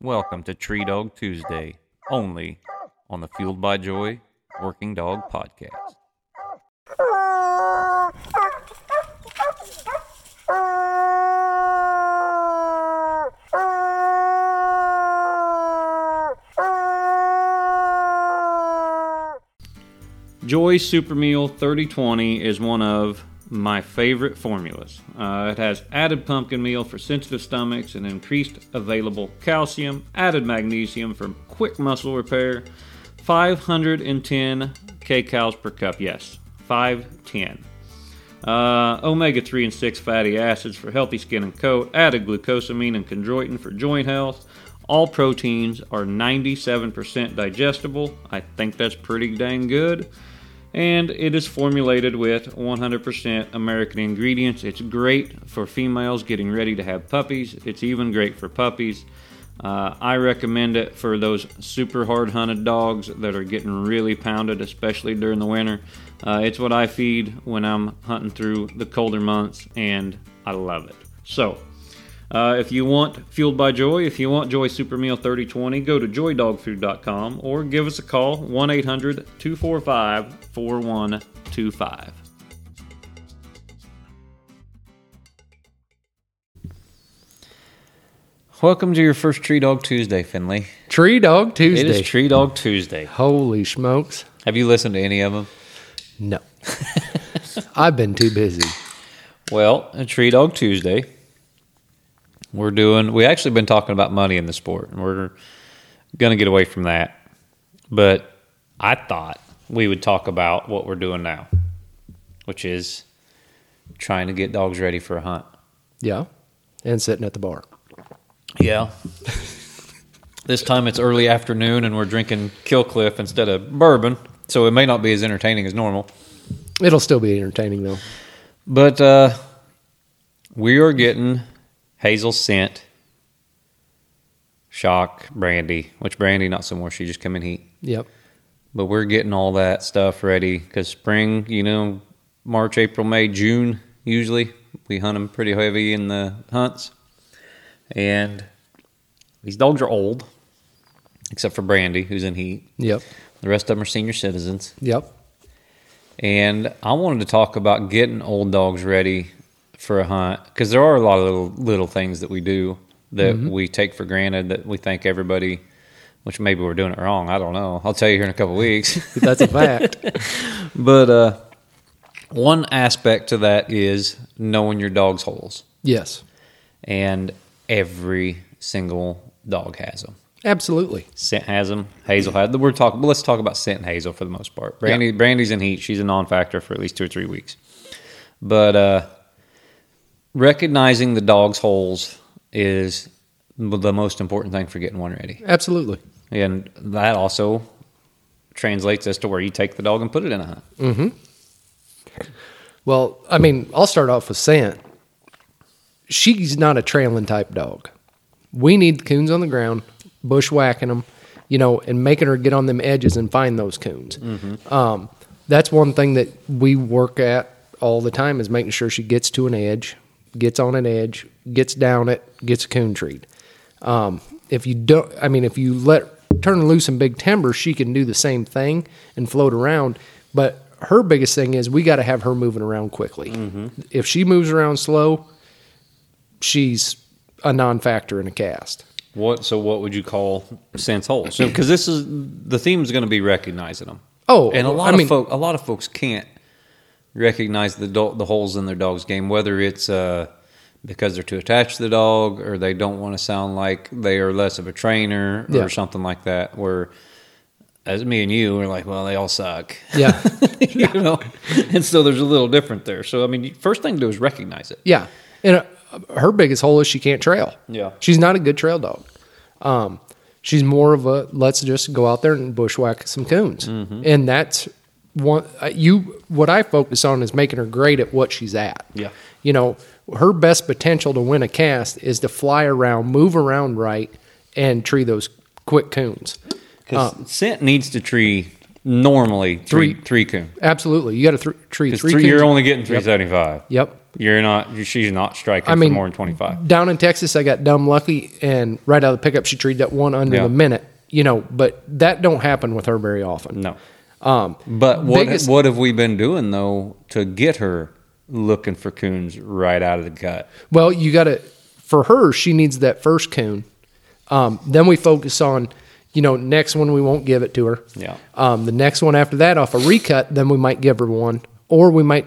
Welcome to Tree Dog Tuesday, only on the Fueled by Joy Working Dog Podcast. Joy Supermeal 3020 is one of my favorite formulas. Uh, it has added pumpkin meal for sensitive stomachs and increased available calcium, added magnesium for quick muscle repair, 510 kcals per cup. Yes, 510. Uh, omega 3 and 6 fatty acids for healthy skin and coat, added glucosamine and chondroitin for joint health. All proteins are 97% digestible. I think that's pretty dang good. And it is formulated with 100% American ingredients. It's great for females getting ready to have puppies. It's even great for puppies. Uh, I recommend it for those super hard hunted dogs that are getting really pounded, especially during the winter. Uh, it's what I feed when I'm hunting through the colder months, and I love it. So, uh, if you want Fueled by Joy, if you want Joy Super Meal 3020, go to joydogfood.com or give us a call 1 800 245 4125. Welcome to your first Tree Dog Tuesday, Finley. Tree Dog Tuesday. It is Tree Dog Tuesday. Holy smokes. Have you listened to any of them? No. I've been too busy. Well, a Tree Dog Tuesday. We're doing. We actually been talking about money in the sport, and we're going to get away from that. But I thought we would talk about what we're doing now, which is trying to get dogs ready for a hunt. Yeah. And sitting at the bar. Yeah. this time it's early afternoon, and we're drinking Killcliff instead of bourbon, so it may not be as entertaining as normal. It'll still be entertaining though. But uh, we are getting Hazel scent, shock, brandy, which brandy not so much. She just come in heat. Yep. But we're getting all that stuff ready because spring, you know, March, April, May, June, usually we hunt them pretty heavy in the hunts. And these dogs are old, except for Brandy, who's in heat. Yep. The rest of them are senior citizens. Yep. And I wanted to talk about getting old dogs ready for a hunt because there are a lot of little, little things that we do that we take for granted that we think everybody, which maybe we're doing it wrong. I don't know. I'll tell you here in a couple weeks. That's a fact. but uh, one aspect to that is knowing your dog's holes, yes. and every single dog has them. Absolutely. Scent has them. Hazel had. We're talking. Let's talk about Scent and Hazel for the most part. Brandy, Brandy's in heat. She's a non-factor for at least two or three weeks. But uh, recognizing the dog's holes is the most important thing for getting one ready, Absolutely. and that also translates as to where you take the dog and put it in a hunt. Well, I mean, I'll start off with scent. She's not a trailing type dog. We need the coons on the ground, bushwhacking them, you know, and making her get on them edges and find those coons. Um, that's one thing that we work at all the time is making sure she gets to an edge, gets on an edge, gets down it, gets a coon treed. Um, if you don't, I mean, if you let turn her loose in big timber, she can do the same thing and float around. But her biggest thing is we got to have her moving around quickly. If she moves around slow, she's a non-factor in a cast. What? So what would you call Scent's holes? Because this is the theme is going to be recognizing them. Oh, and a lot I of mean- folk, a lot of folks can't recognize the do- the holes in their dog's game, whether it's uh, because they're too attached to the dog, or they don't want to sound like they are less of a trainer, or Yeah. something like that. Where as me and you are like, well, they all suck, Yeah, you know. And so there's a little different there. So I mean, first thing to do is recognize it. yeah. And uh, her biggest hole is she can't trail. Yeah. she's not a good trail dog. Um, she's more of a let's just go out there and bushwhack some coons, Mm-hmm. and that's one uh, you. What I focus on is making her great at what she's at. Yeah. you know, her best potential to win a cast is to fly around, move around right, and tree those quick coons. Because Scent needs to tree normally three Three. three coon. Absolutely, you got to th- tree Because three. three, you're coons. only getting 375. Yep. You're not. you- She's not striking I mean- for more than 25. Down in Texas, I got dumb lucky, and right out of the pickup, she treated that one under Yeah. the minute. You know, but that don't happen with her very often. No. Um, But what Biggest- what have we been doing though to get her looking for coons right out of the gut? Well, you got to for her. She needs that first coon. Um, then we focus on, you know, next one we won't give it to her. Yeah. Um, the next one after that, off a recut, then we might give her one, or we might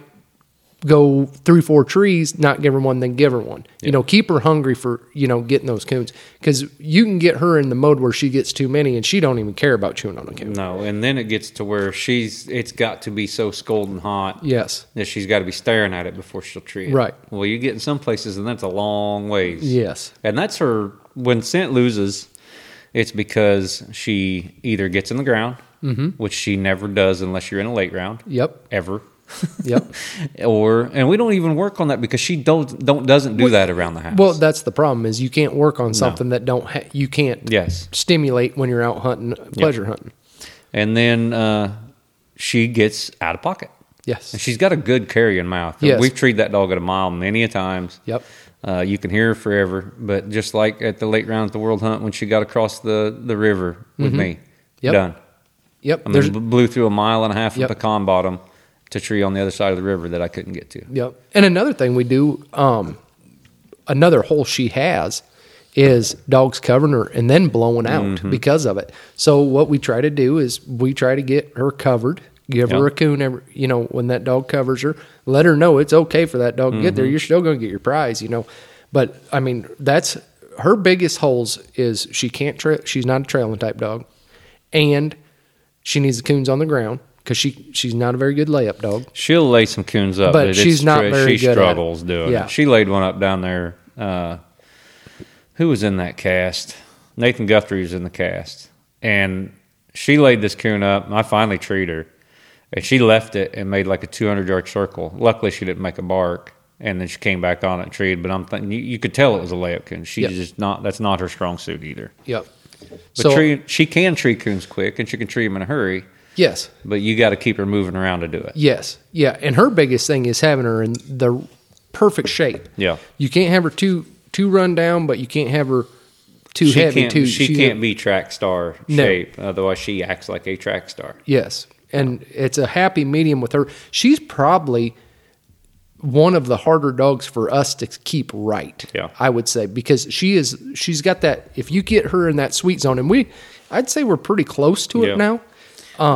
go three, four trees, not give her one, then give her one. You know, keep her hungry for you know getting those coons because you can get her in the mode where she gets too many and she don't even care about chewing on a coon. No, and then it gets to where she's it's got to be so scolding hot Yes. that she's got to be staring at it before she'll treat it. Right. Well, you get in some places, and that's a long ways. Yes. And that's her when scent loses, it's because she either gets in the ground, which she never does unless you're in a late round, Mm-hmm. Yep. ever. Yep. or and we don't even work on that because she don't don't doesn't do that around the house. well, that's the problem is you can't work on something that don't ha- you can't yes. stimulate when you're out hunting, pleasure hunting. and then uh, she gets out of pocket. Yes. And she's got a good carrying mouth. Yes. We've treated that dog at a mile many a times. Yep. Uh, you can hear her forever. But just like at the late rounds of the World Hunt when she got across the, the river with me, Mm-hmm. Yep. done. Yep. I mean, there's bl- blew through a mile and a half Yep. of pecan bottom to tree on the other side of the river that I couldn't get to. yep. And another thing we do, um, another hole she has is dogs covering her and then blowing out because of it. So what we try to do is we try to get her covered, give her a Yep. coon every, you know, when that dog covers her, let her know it's okay for that dog to get there. You're still going to get your prize, you know. But I mean, that's her biggest holes is she can't tra- she's not a trailing type dog and she needs the coons on the ground because she she's not a very good layup dog. She'll lay some coons up, But but, it's she's not tr- very She good at it. struggles doing Yeah. it. She laid one up down there. Uh, who was in that cast? Nathan Guthrie was in the cast, and she laid this coon up. And I finally treated her, and she left it and made like a 200 yard circle. Luckily, she didn't make a bark, and then she came back on it and treated. But I'm thinking you, you could tell it was a layup coon. She's Yep. just not. That's not her strong suit either. Yep. But tree, she can tree coons quick, and she can treat them in a hurry. Yes. But you got to keep her moving around to do it. Yes. Yeah. And her biggest thing is having her in the perfect shape. Yeah. You can't have her too too run down, but you can't have her too she heavy can't, too. She, can't be track star No. shape. Otherwise, she acts like a track star. Yes. And it's a happy medium with her. She's probably one of the harder dogs for us to keep right. Yeah. I would say because she is she's got that if you get her in that sweet zone and we I'd say we're pretty close to it Yeah. now.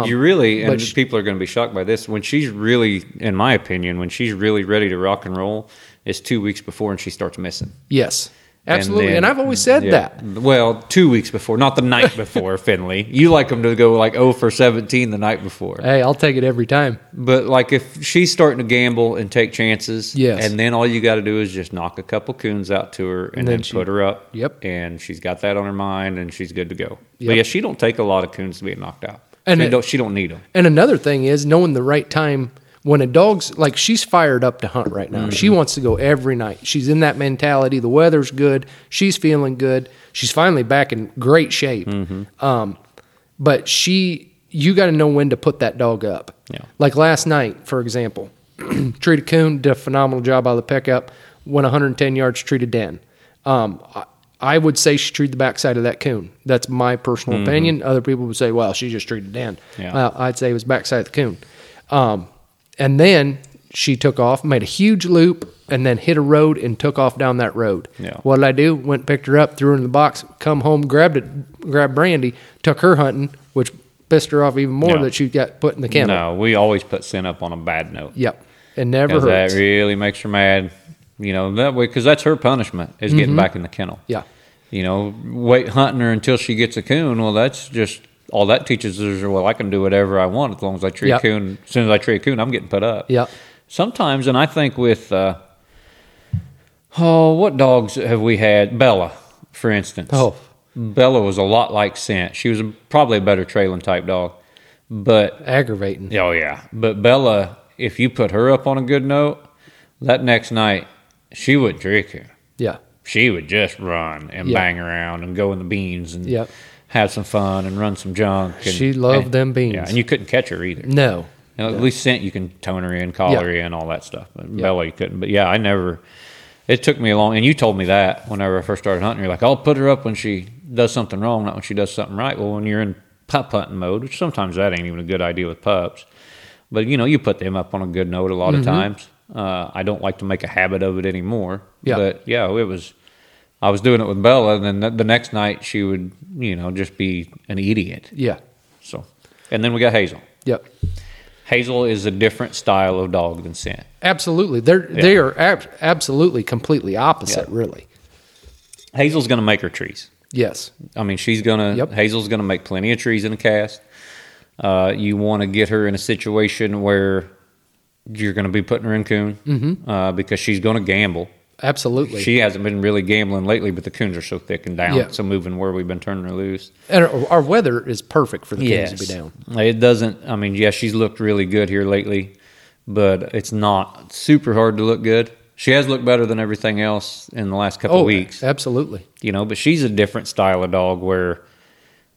you really, and Um, but she- people are going to be shocked by this. When she's really, in my opinion, when she's really ready to rock and roll, is two weeks before and she starts missing. Yes. Absolutely. And, then- I've always said yeah. that. Well, two weeks before, not the night before, Finley. You like them to go like 0 for 17 the night before. Hey, I'll take it every time. But like if she's starting to gamble and take chances, Yes. and then all you got to do is just knock a couple coons out to her and, then then, she- put her up. Yep. And she's got that on her mind and she's good to go. Yep. But yeah, she don't take a lot of coons to be knocked out. And And it- don't, she don't need them. And another thing is knowing the right time when a dog's like she's fired up to hunt right now. She Mm-hmm. wants to go every night. She's in that mentality. The weather's good. She's feeling good. She's finally back in great shape. Mm-hmm. Um, but she, you got to know when to put that dog up. Yeah. Like last night, for example, treated coon did a phenomenal job out of the pickup. Went 110 yards, treated den. Um, I, I would say she treated the backside of that coon. That's my personal opinion. Other people would say, "Well, she just treated Uh, den." Mm-hmm. Yeah. Well, I'd say it was backside of the coon. Um, and then she took off, made a huge loop, and then hit a road and took off down that road. Yeah. What did I do? Went and picked her up, threw her in the box, come home, grabbed it, grabbed Brandy, took her hunting, which pissed her off even more Yeah. that she got put in the kennel. No, we always put sin up on a bad note. Yep. It never 'Cause hurts. that really makes her mad. You know that way because that's her punishment is getting back in the kennel. Mm-hmm. yeah. You know, wait hunting her until she gets a coon. Well, that's just all that teaches is well, I can do whatever I want as long as I treat Yep. a coon. As soon as I treat a coon, I'm getting put up. Yep. Sometimes, and I think with, uh, oh, what dogs have we had? Bella, for instance. Oh. Bella was a lot like Scent. She was a, probably a better trailing type dog. But, Aggravating. oh, yeah. But Bella, if you put her up on a good note, that next night, she would drink her. Yeah. She would just run and Yeah. bang around and go in the beans and Yep. have some fun and run some junk. And, She loved and- them beans. Yeah, and you couldn't catch her either. No. Now, at least scent you can tone her in, collar her in, all that stuff. But Bella, you couldn't. But yeah, I never. It took me a long. And you told me that whenever I first started hunting, you're like, I'll put her up when she does something wrong, not when she does something right. Well, when you're in pup hunting mode, which sometimes that ain't even a good idea with pups, but you know, you put them up on a good note a Mm-hmm. lot of times. Uh, I don't like to make a habit of it anymore. Yeah. But yeah, it was. I was doing it with Bella, and then the, the next night she would, you know, just be an idiot. Yeah. So, and then we got Hazel. Yep. Hazel is a different style of dog than Scent. Absolutely. They're they are ab- absolutely completely opposite, really. Hazel's going to make her trees. Yes. I mean, she's going to Yep. Hazel's going to make plenty of trees in a cast. Uh, you want to get her in a situation where you're going to be putting her in coon Mm-hmm. uh, because she's going to gamble. Absolutely. She hasn't been really gambling lately, but the coons are so thick and down, Yeah. so moving where we've been turning her loose. and our, our weather is perfect for the kids to be down. It doesn't. I mean, yeah, she's looked really good here lately, but it's not super hard to look good. She has looked better than everything else in the last couple Oh, of weeks, absolutely. you know. But she's a different style of dog where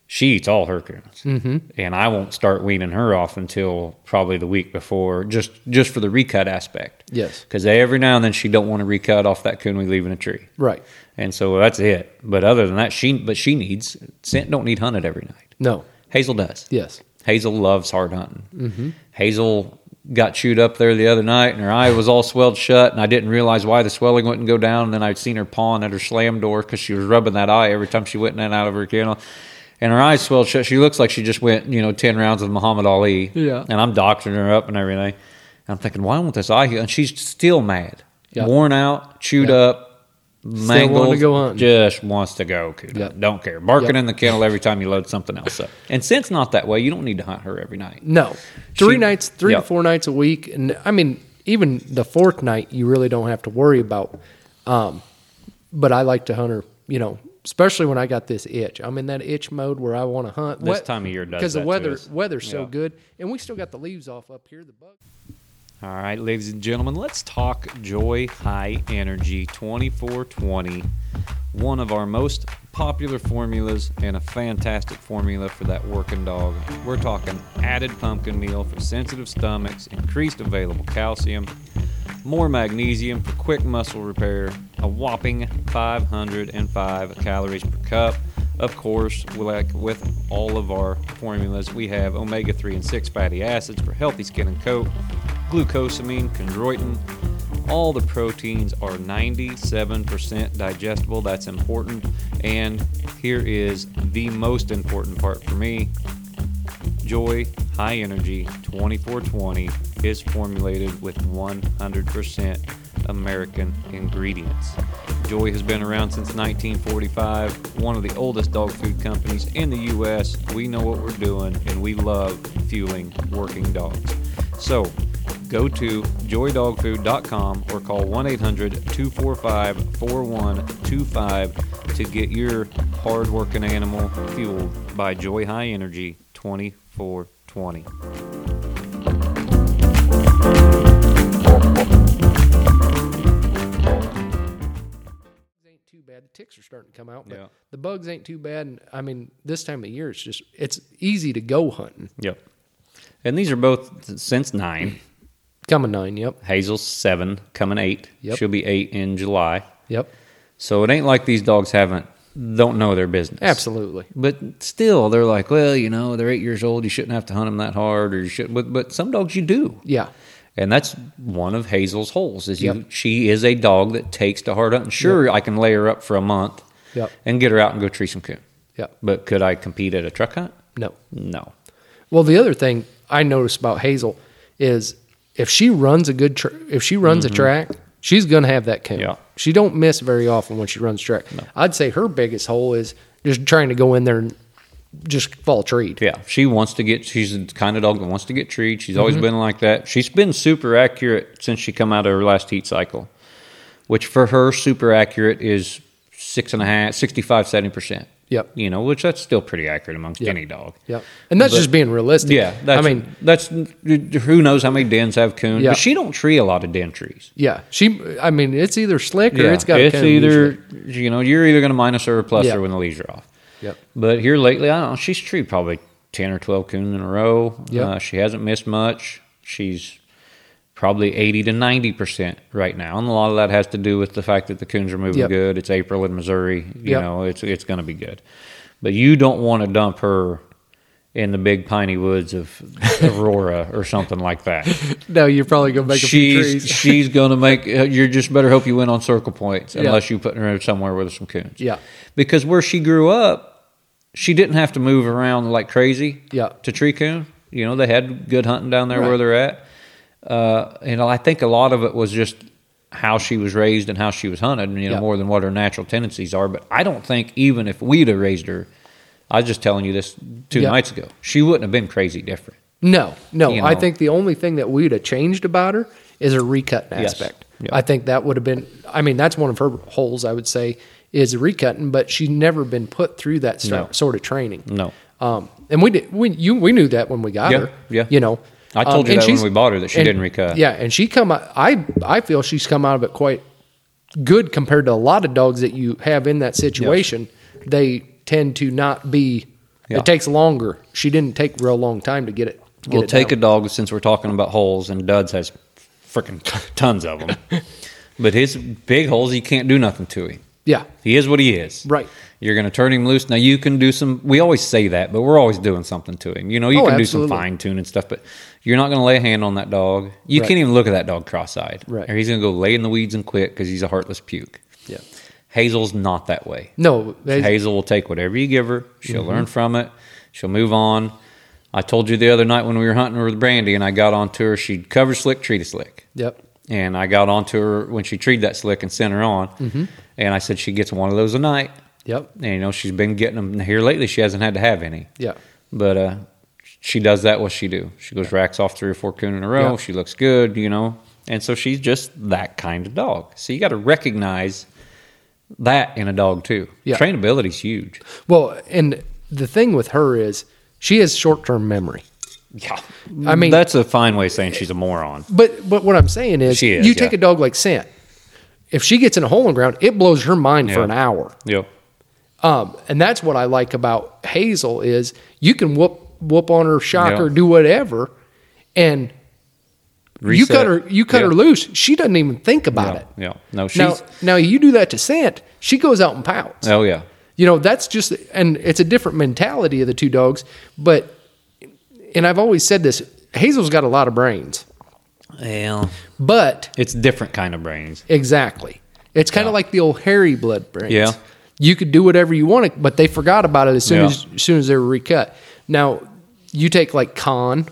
she eats all her coons, mm-hmm. and I won't start weaning her off until probably the week before, just just for the recut aspect. Yes. because every now and then she don't want to recut off that coon we leave in a tree, Right. and so that's it. But other than that, she but she needs scent. Don't need hunted every night. No. Hazel does. Yes. Hazel loves hard hunting. Mm-hmm. Hazel got chewed up there the other night, and her eye was all swelled shut, and I didn't realize why the swelling wouldn't go down. And then I'd seen her pawing at her slam door because she was rubbing that eye every time she went in and out of her kennel. And her eyes swelled shut. She looks like she just went, you know, ten rounds with Muhammad Ali. Yeah. And I'm doctoring her up and everything. And I'm thinking, why won't this eye heal? And she's still mad, Yeah. worn out, chewed Yeah. up, wanting to mangled. go hunting. Just wants to go. Kudo. Yeah. Don't care. Barking Yeah. in the kennel every time you load something else up. And since not that way, you don't need to hunt her every night. No. Three She- nights, three yeah. to four nights a week. And I mean, even the fourth night, you really don't have to worry about. Um, but I like to hunt her, you know, especially when I got this itch. I'm in that itch mode where I want to hunt. This time of year does Because that the to weather, us. weather's so Yeah. good. And we still got the leaves off up here. The bugs. All right, ladies and gentlemen, let's talk Joy High Energy 2420, one of our most popular formulas and a fantastic formula for that working dog. We're talking added pumpkin meal for sensitive stomachs, increased available calcium, more magnesium for quick muscle repair, a whopping 505 calories per cup. Of course, like with all of our formulas, we have omega 3 and 6 fatty acids for healthy skin and coat, glucosamine, chondroitin. All the proteins are 97% digestible. That's important. And here is the most important part for me Joy High Energy 2420 is formulated with 100% American ingredients. Joy has been around since 1945, one of the oldest dog food companies in the U.S. We know what we're doing and we love fueling working dogs. So go to joydogfood.com or call 1 800 245 4125 to get your hard-working animal fueled by Joy High Energy 2420. ain't too bad. The ticks are starting to come out, but Yeah. the bugs ain't too bad. And I mean, this time of year, it's just it's easy to go hunting. Yep. And these are both since nine. Coming nine, yep, Hazel's seven, coming eight. Yep. She'll be eight in July. yep, So it ain't like these dogs haven't don't know their business. absolutely, But still, they're like, well, you know, they're eight years old. You shouldn't have to hunt them that hard, or you should. But but some dogs you do. yeah, And that's one of Hazel's holes. Is you, Yep. she is a dog that takes to hard hunting. Sure, I can lay her up for a month Yep. and get her out and go tree some coon. yep, But could I compete at a truck hunt? no. No. Well, the other thing I noticed about Hazel is if she runs a good tr if she runs a track, she's gonna have that count. Yeah. She don't miss very often when she runs track. I'd say her biggest hole is just trying to go in there and just fall treed. Yeah, she wants to get. She's the kind of dog that wants to get treed. She's Mm-hmm. always been like that. She's been super accurate since she come out of her last heat cycle, which for her super accurate is six and a half, 65, 70 percent. Yep. You know, which that's still pretty accurate amongst Yep. any dog. Yep. And that's But- just being realistic. Yeah, that's, I mean, that's who knows how many dens have coon, Yeah. but she don't tree a lot of den trees. yeah. She I mean, it's either slick or it's got a cone either usually. you know you're either going to minus her or plus Yeah. her when the leaves are off. Yep. But here lately, I don't know. She's treed probably ten or twelve coon in a row. Yep. Uh, she hasn't missed much. She's probably 80 to 90% right now. And a lot of that has to do with the fact that the coons are moving Yep. good. It's April in Missouri. You Yep. know, it's, it's going to be good. But you don't want to dump her in the big piney woods of Aurora or something like that. No, you're probably gonna make a few she's trees. she's going to make, uh, you just better hope you win on circle points Yeah. unless you put her somewhere with some coons. Yeah. Because where she grew up, she didn't have to move around like crazy Yeah. to tree coon. You know, they had good hunting down there where Right. they're at. Uh, you know, I think a lot of it was just how she was raised and how she was hunted, you know, Yeah. more than what her natural tendencies are. But I don't think even if we'd have raised her, I was just telling you this two Yeah. nights ago, she wouldn't have been crazy different. No, no. You I know. think the only thing that we'd have changed about her is her recutting Yes. aspect. Yeah. I think that would have been. I mean, that's one of her holes. I would say is recutting, but she's never been put through that No. sort, sort of training. No. Um, and we did. We you we knew that when we got Yeah, her. yeah. You know. Um, I told you and that when she's- we bought her that she and- didn't recut. Yeah, and she come. out- I I feel she's come out of it quite good compared to a lot of dogs that you have in that situation. They tend to not be. Yeah. It takes longer. She didn't take real long time to get it. Get we'll it take down. a dog since we're talking about holes, and Duds has freaking tons of them. but his big holes, you can't do nothing to him. Yeah. He is what he is. Right. You're going to turn him loose. Now you can do some. We always say that, but we're always doing something to him. You know, you Oh, can do absolutely. some fine tuning stuff, but you're not going to lay a hand on that dog. You Right. can't even look at that dog cross-eyed. Right. Or he's going to go lay in the weeds and quit because he's a heartless puke. Yeah. Hazel's not that way. No, they- Mm-hmm. Hazel will take whatever you give her. She'll learn from it. She'll move on. I told you the other night when we were hunting with Brandy and I got onto her, she'd cover slick, treat a slick. Yep. And I got onto her when she treated that slick and sent her on. Mm-hmm. And I said she gets one of those a night. Yep. And, you know, she's been getting them here lately. She hasn't had to have any. Yeah. But uh, she does that. What she do? She goes racks off three or four coon in a row. Yeah. She looks good, you know. And so she's just that kind of dog. So you got to recognize that in a dog too. Yeah. Trainability's huge. Well, and the thing with her is she has short term memory. Yeah. I Mm, mean- that's a fine way of saying she's a moron. But but what I'm saying is, She is, you take yeah. a dog like Sant. If she gets in a hole in the ground, it blows her mind for Yeah. an hour. Yep. Um, and that's what I like about Hazel is you can whoop whoop on her, shock Yeah. her, do whatever, and you cut her you cut her loose. She doesn't even think about Yeah. it. Yeah. No, she's. Now now you do that to Sant, she goes out and pouts. oh yeah. You know, that's just, and it's a different mentality of the two dogs. But, and I've always said this Hazel's got a lot of brains, Well, but it's different kind of brains. exactly. It's kind of like the old hairy blood brains. Yeah. You could do whatever you wanted, but they forgot about it as soon Yeah. as, as soon as they were recut. Now, you take like Con,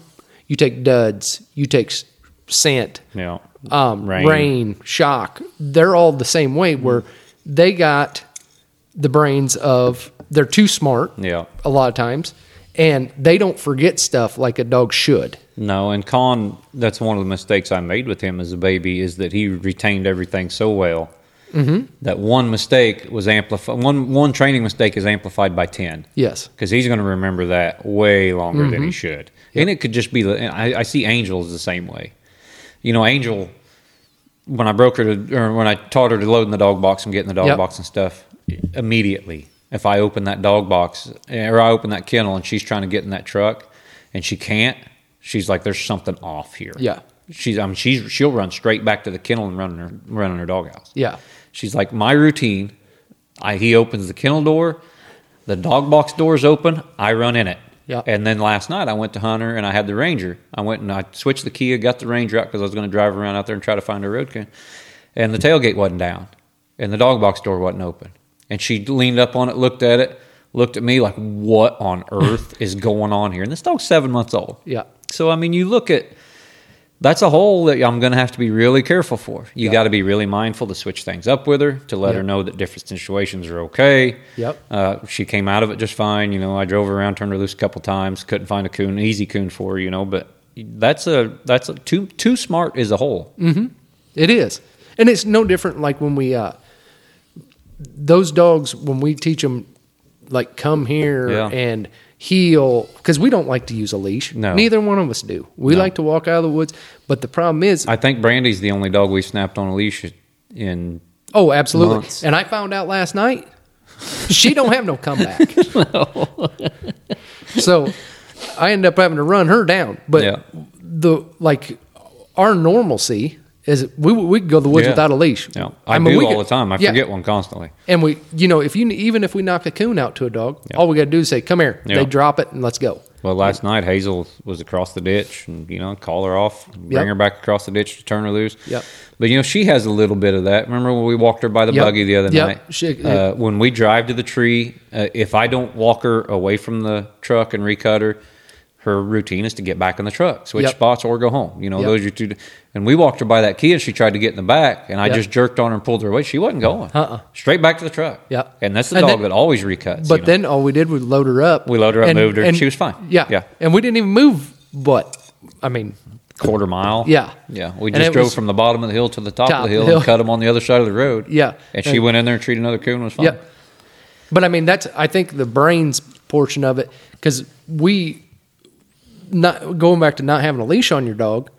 you take Duds, you take S- Sant, Yeah. um, Rain. Mm-hmm. rain. shock. They're all the same way where they got the brains of they're too smart. Yeah. A lot of times. And they don't forget stuff like a dog should. No, and Con, that's one of the mistakes I made with him as a baby is that he retained everything so well that one mistake was amplified. One one training mistake is amplified by ten Yes. because he's going to remember that way longer than Mm-hmm. he should. And it could just be. and I, I see Angel is the same way. You know, Angel, when I broke her to, or when I taught her to load in the dog box and get in the dog Yep. box and stuff, immediately if I open that dog box or I open that kennel and she's trying to get in that truck and she can't, she's like, "There's something off here." Yeah. she's. I mean, she's she'll run straight back to the kennel and run in her run in her doghouse. Yeah. She's like, my routine. I he opens the kennel door, the dog box door is open. I run in it. Yeah. And then last night I went to Hunter and I had the Ranger. I went and I switched the Kia, got the Ranger out because I was going to drive around out there and try to find a road can. And the tailgate wasn't down, and the dog box door wasn't open. And she leaned up on it, looked at it, looked at me like, "What on earth is going on here?" And this dog's seven months old. Yeah. So I mean, you look at that's a hole that I'm going to have to be really careful for. You got to be really mindful to switch things up with her to let her Yep. know that different situations are okay. Yep. Uh, she came out of it just fine. You know, I drove her around, turned her loose a couple times, couldn't find a coon, easy coon for her. You know, but that's a that's a too too smart is a hole. Mm. It is. And it's no different like when we, uh, those dogs, when we teach them, like, come here Yeah. and heel, because we don't like to use a leash. No. Neither one of us do. We like to walk out of the woods. But the problem is, I think Brandy's the only dog we snapped on a leash in. Oh, absolutely. months. And I found out last night she don't have no comeback. so I ended up having to run her down. But Yeah. the like our normalcy is we we could go the woods Yeah. without a leash. Yeah, I, mean, do we all could- the time. I yeah. forget one constantly. And we, you know, if you even if we knock a coon out to a dog, Yeah. all we got to do is say, "Come here." Yeah. They drop it and let's go. Well, last night Hazel was across the ditch, and you know, call her off, bring Yep. her back across the ditch to turn her loose. Yep. But you know, she has a little bit of that. Remember when we walked her by the Yep. buggy the other Yep. night? She- uh, when we drive to the tree, uh, if I don't walk her away from the truck and recut her, her routine is to get back in the truck, switch Yep. spots, or go home. You know, Yep. those are two. And we walked her by that key, and she tried to get in the back, and I Yep. just jerked on her and pulled her away. She wasn't going. Uh-uh. Straight back to the truck. Yep. And that's the And dog then- that always recuts. But you know. then all we did was load her up. We loaded her up, moved her, she was fine. Yeah, Yeah. And we didn't even move. But I mean, quarter mile. Yeah. yeah. We And just it drove was- from the bottom of the hill to the top, of the hill, and cut them on the other side of the road. Yeah. and she And- went in there and treated another coon and was fine. Yeah. But I mean, that's I think the brains portion of it because we not going back to not having a leash on your dog.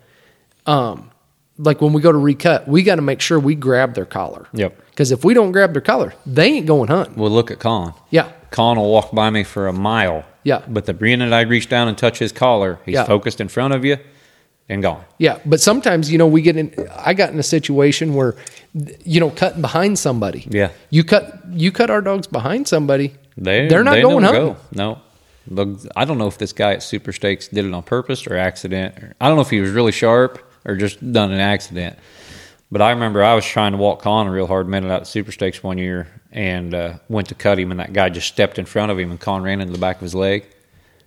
Um, like when we go to recut, we got to make sure we grab their collar. Yep. Because if we don't grab their collar, they ain't going hunting. Well, look at Con. Yeah. Con will walk by me for a mile. Yeah. but the minute I reach down and touch his collar, he's Yeah. focused in front of you and gone. Yeah, but sometimes you know we get in. I got in a situation where, you know, cutting behind somebody. Yeah. you cut you cut our dogs behind somebody. They they're not they going don't hunting. Go. No. Look, I don't know if this guy at Super Stakes did it on purpose or accident. Or, I don't know if he was really sharp or just done an accident. But I remember I was trying to walk Con real hard, made it out at Super Stakes one year, and uh, went to cut him, and that guy just stepped in front of him, and Con ran into the back of his leg.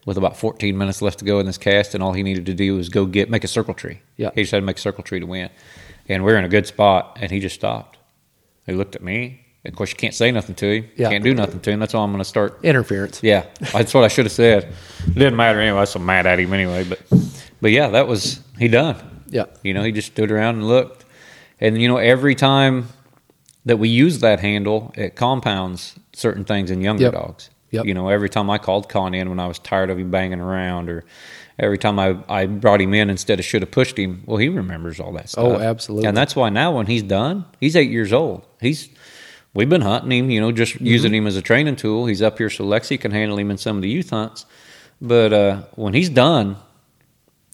With about 14 minutes left to go in this cast, and all he needed to do was go get make a circle tree. Yeah. he just had to make a circle tree to win, and we we're in a good spot, and he just stopped. He looked at me. Of course, you can't say nothing to him. Yeah. Can't do nothing to him. That's all I'm going to start Interference. yeah, that's what I should have said. It didn't matter anyway. I was so mad at him anyway. But but yeah, that was he done. Yeah. You know, he just stood around and looked. And you know, every time that we use that handle, it compounds certain things in younger Yep. dogs. Yep. You know, every time I called Con in when I was tired of him banging around, or every time I, I brought him in instead of should have pushed him, well, he remembers all that stuff. Oh, absolutely. Uh, And that's why now when he's done, he's eight years old. He's we've been hunting him, you know, just Mm-hmm. using him as a training tool. He's up here so Lexi can handle him in some of the youth hunts. But uh, when he's done,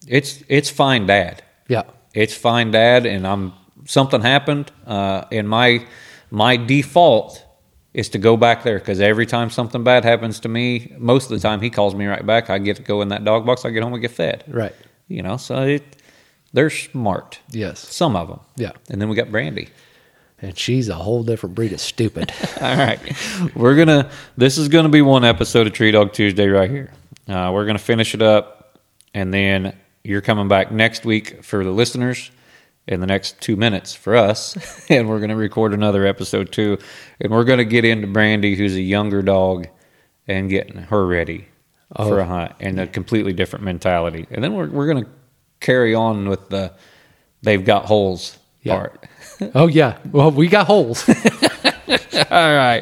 it's it's fine, Dad Yeah, it's fine dad and i'm something happened uh, and my my default is to go back there because every time something bad happens to me most of the time he calls me right back i get to go in that dog box i get home and get fed right. you know so it they're smart Yes, some of them Yeah. and then we got brandy and she's a whole different breed of stupid. all right we're gonna this is gonna be one episode of tree dog tuesday right here uh, we're gonna finish it up and then you're coming back next week for the listeners in the next two minutes for us and we're gonna record another episode too and we're gonna get into brandy who's a younger dog and getting her ready Oh. for a hunt and a completely different mentality and then we're, we're gonna carry on with the they've got holes Yeah. part oh yeah. Well, we got holes. All right.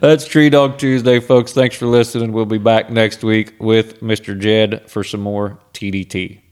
That's Tree Dog Tuesday, folks. Thanks for listening. We'll be back next week with Mr. Jed for some more TDT.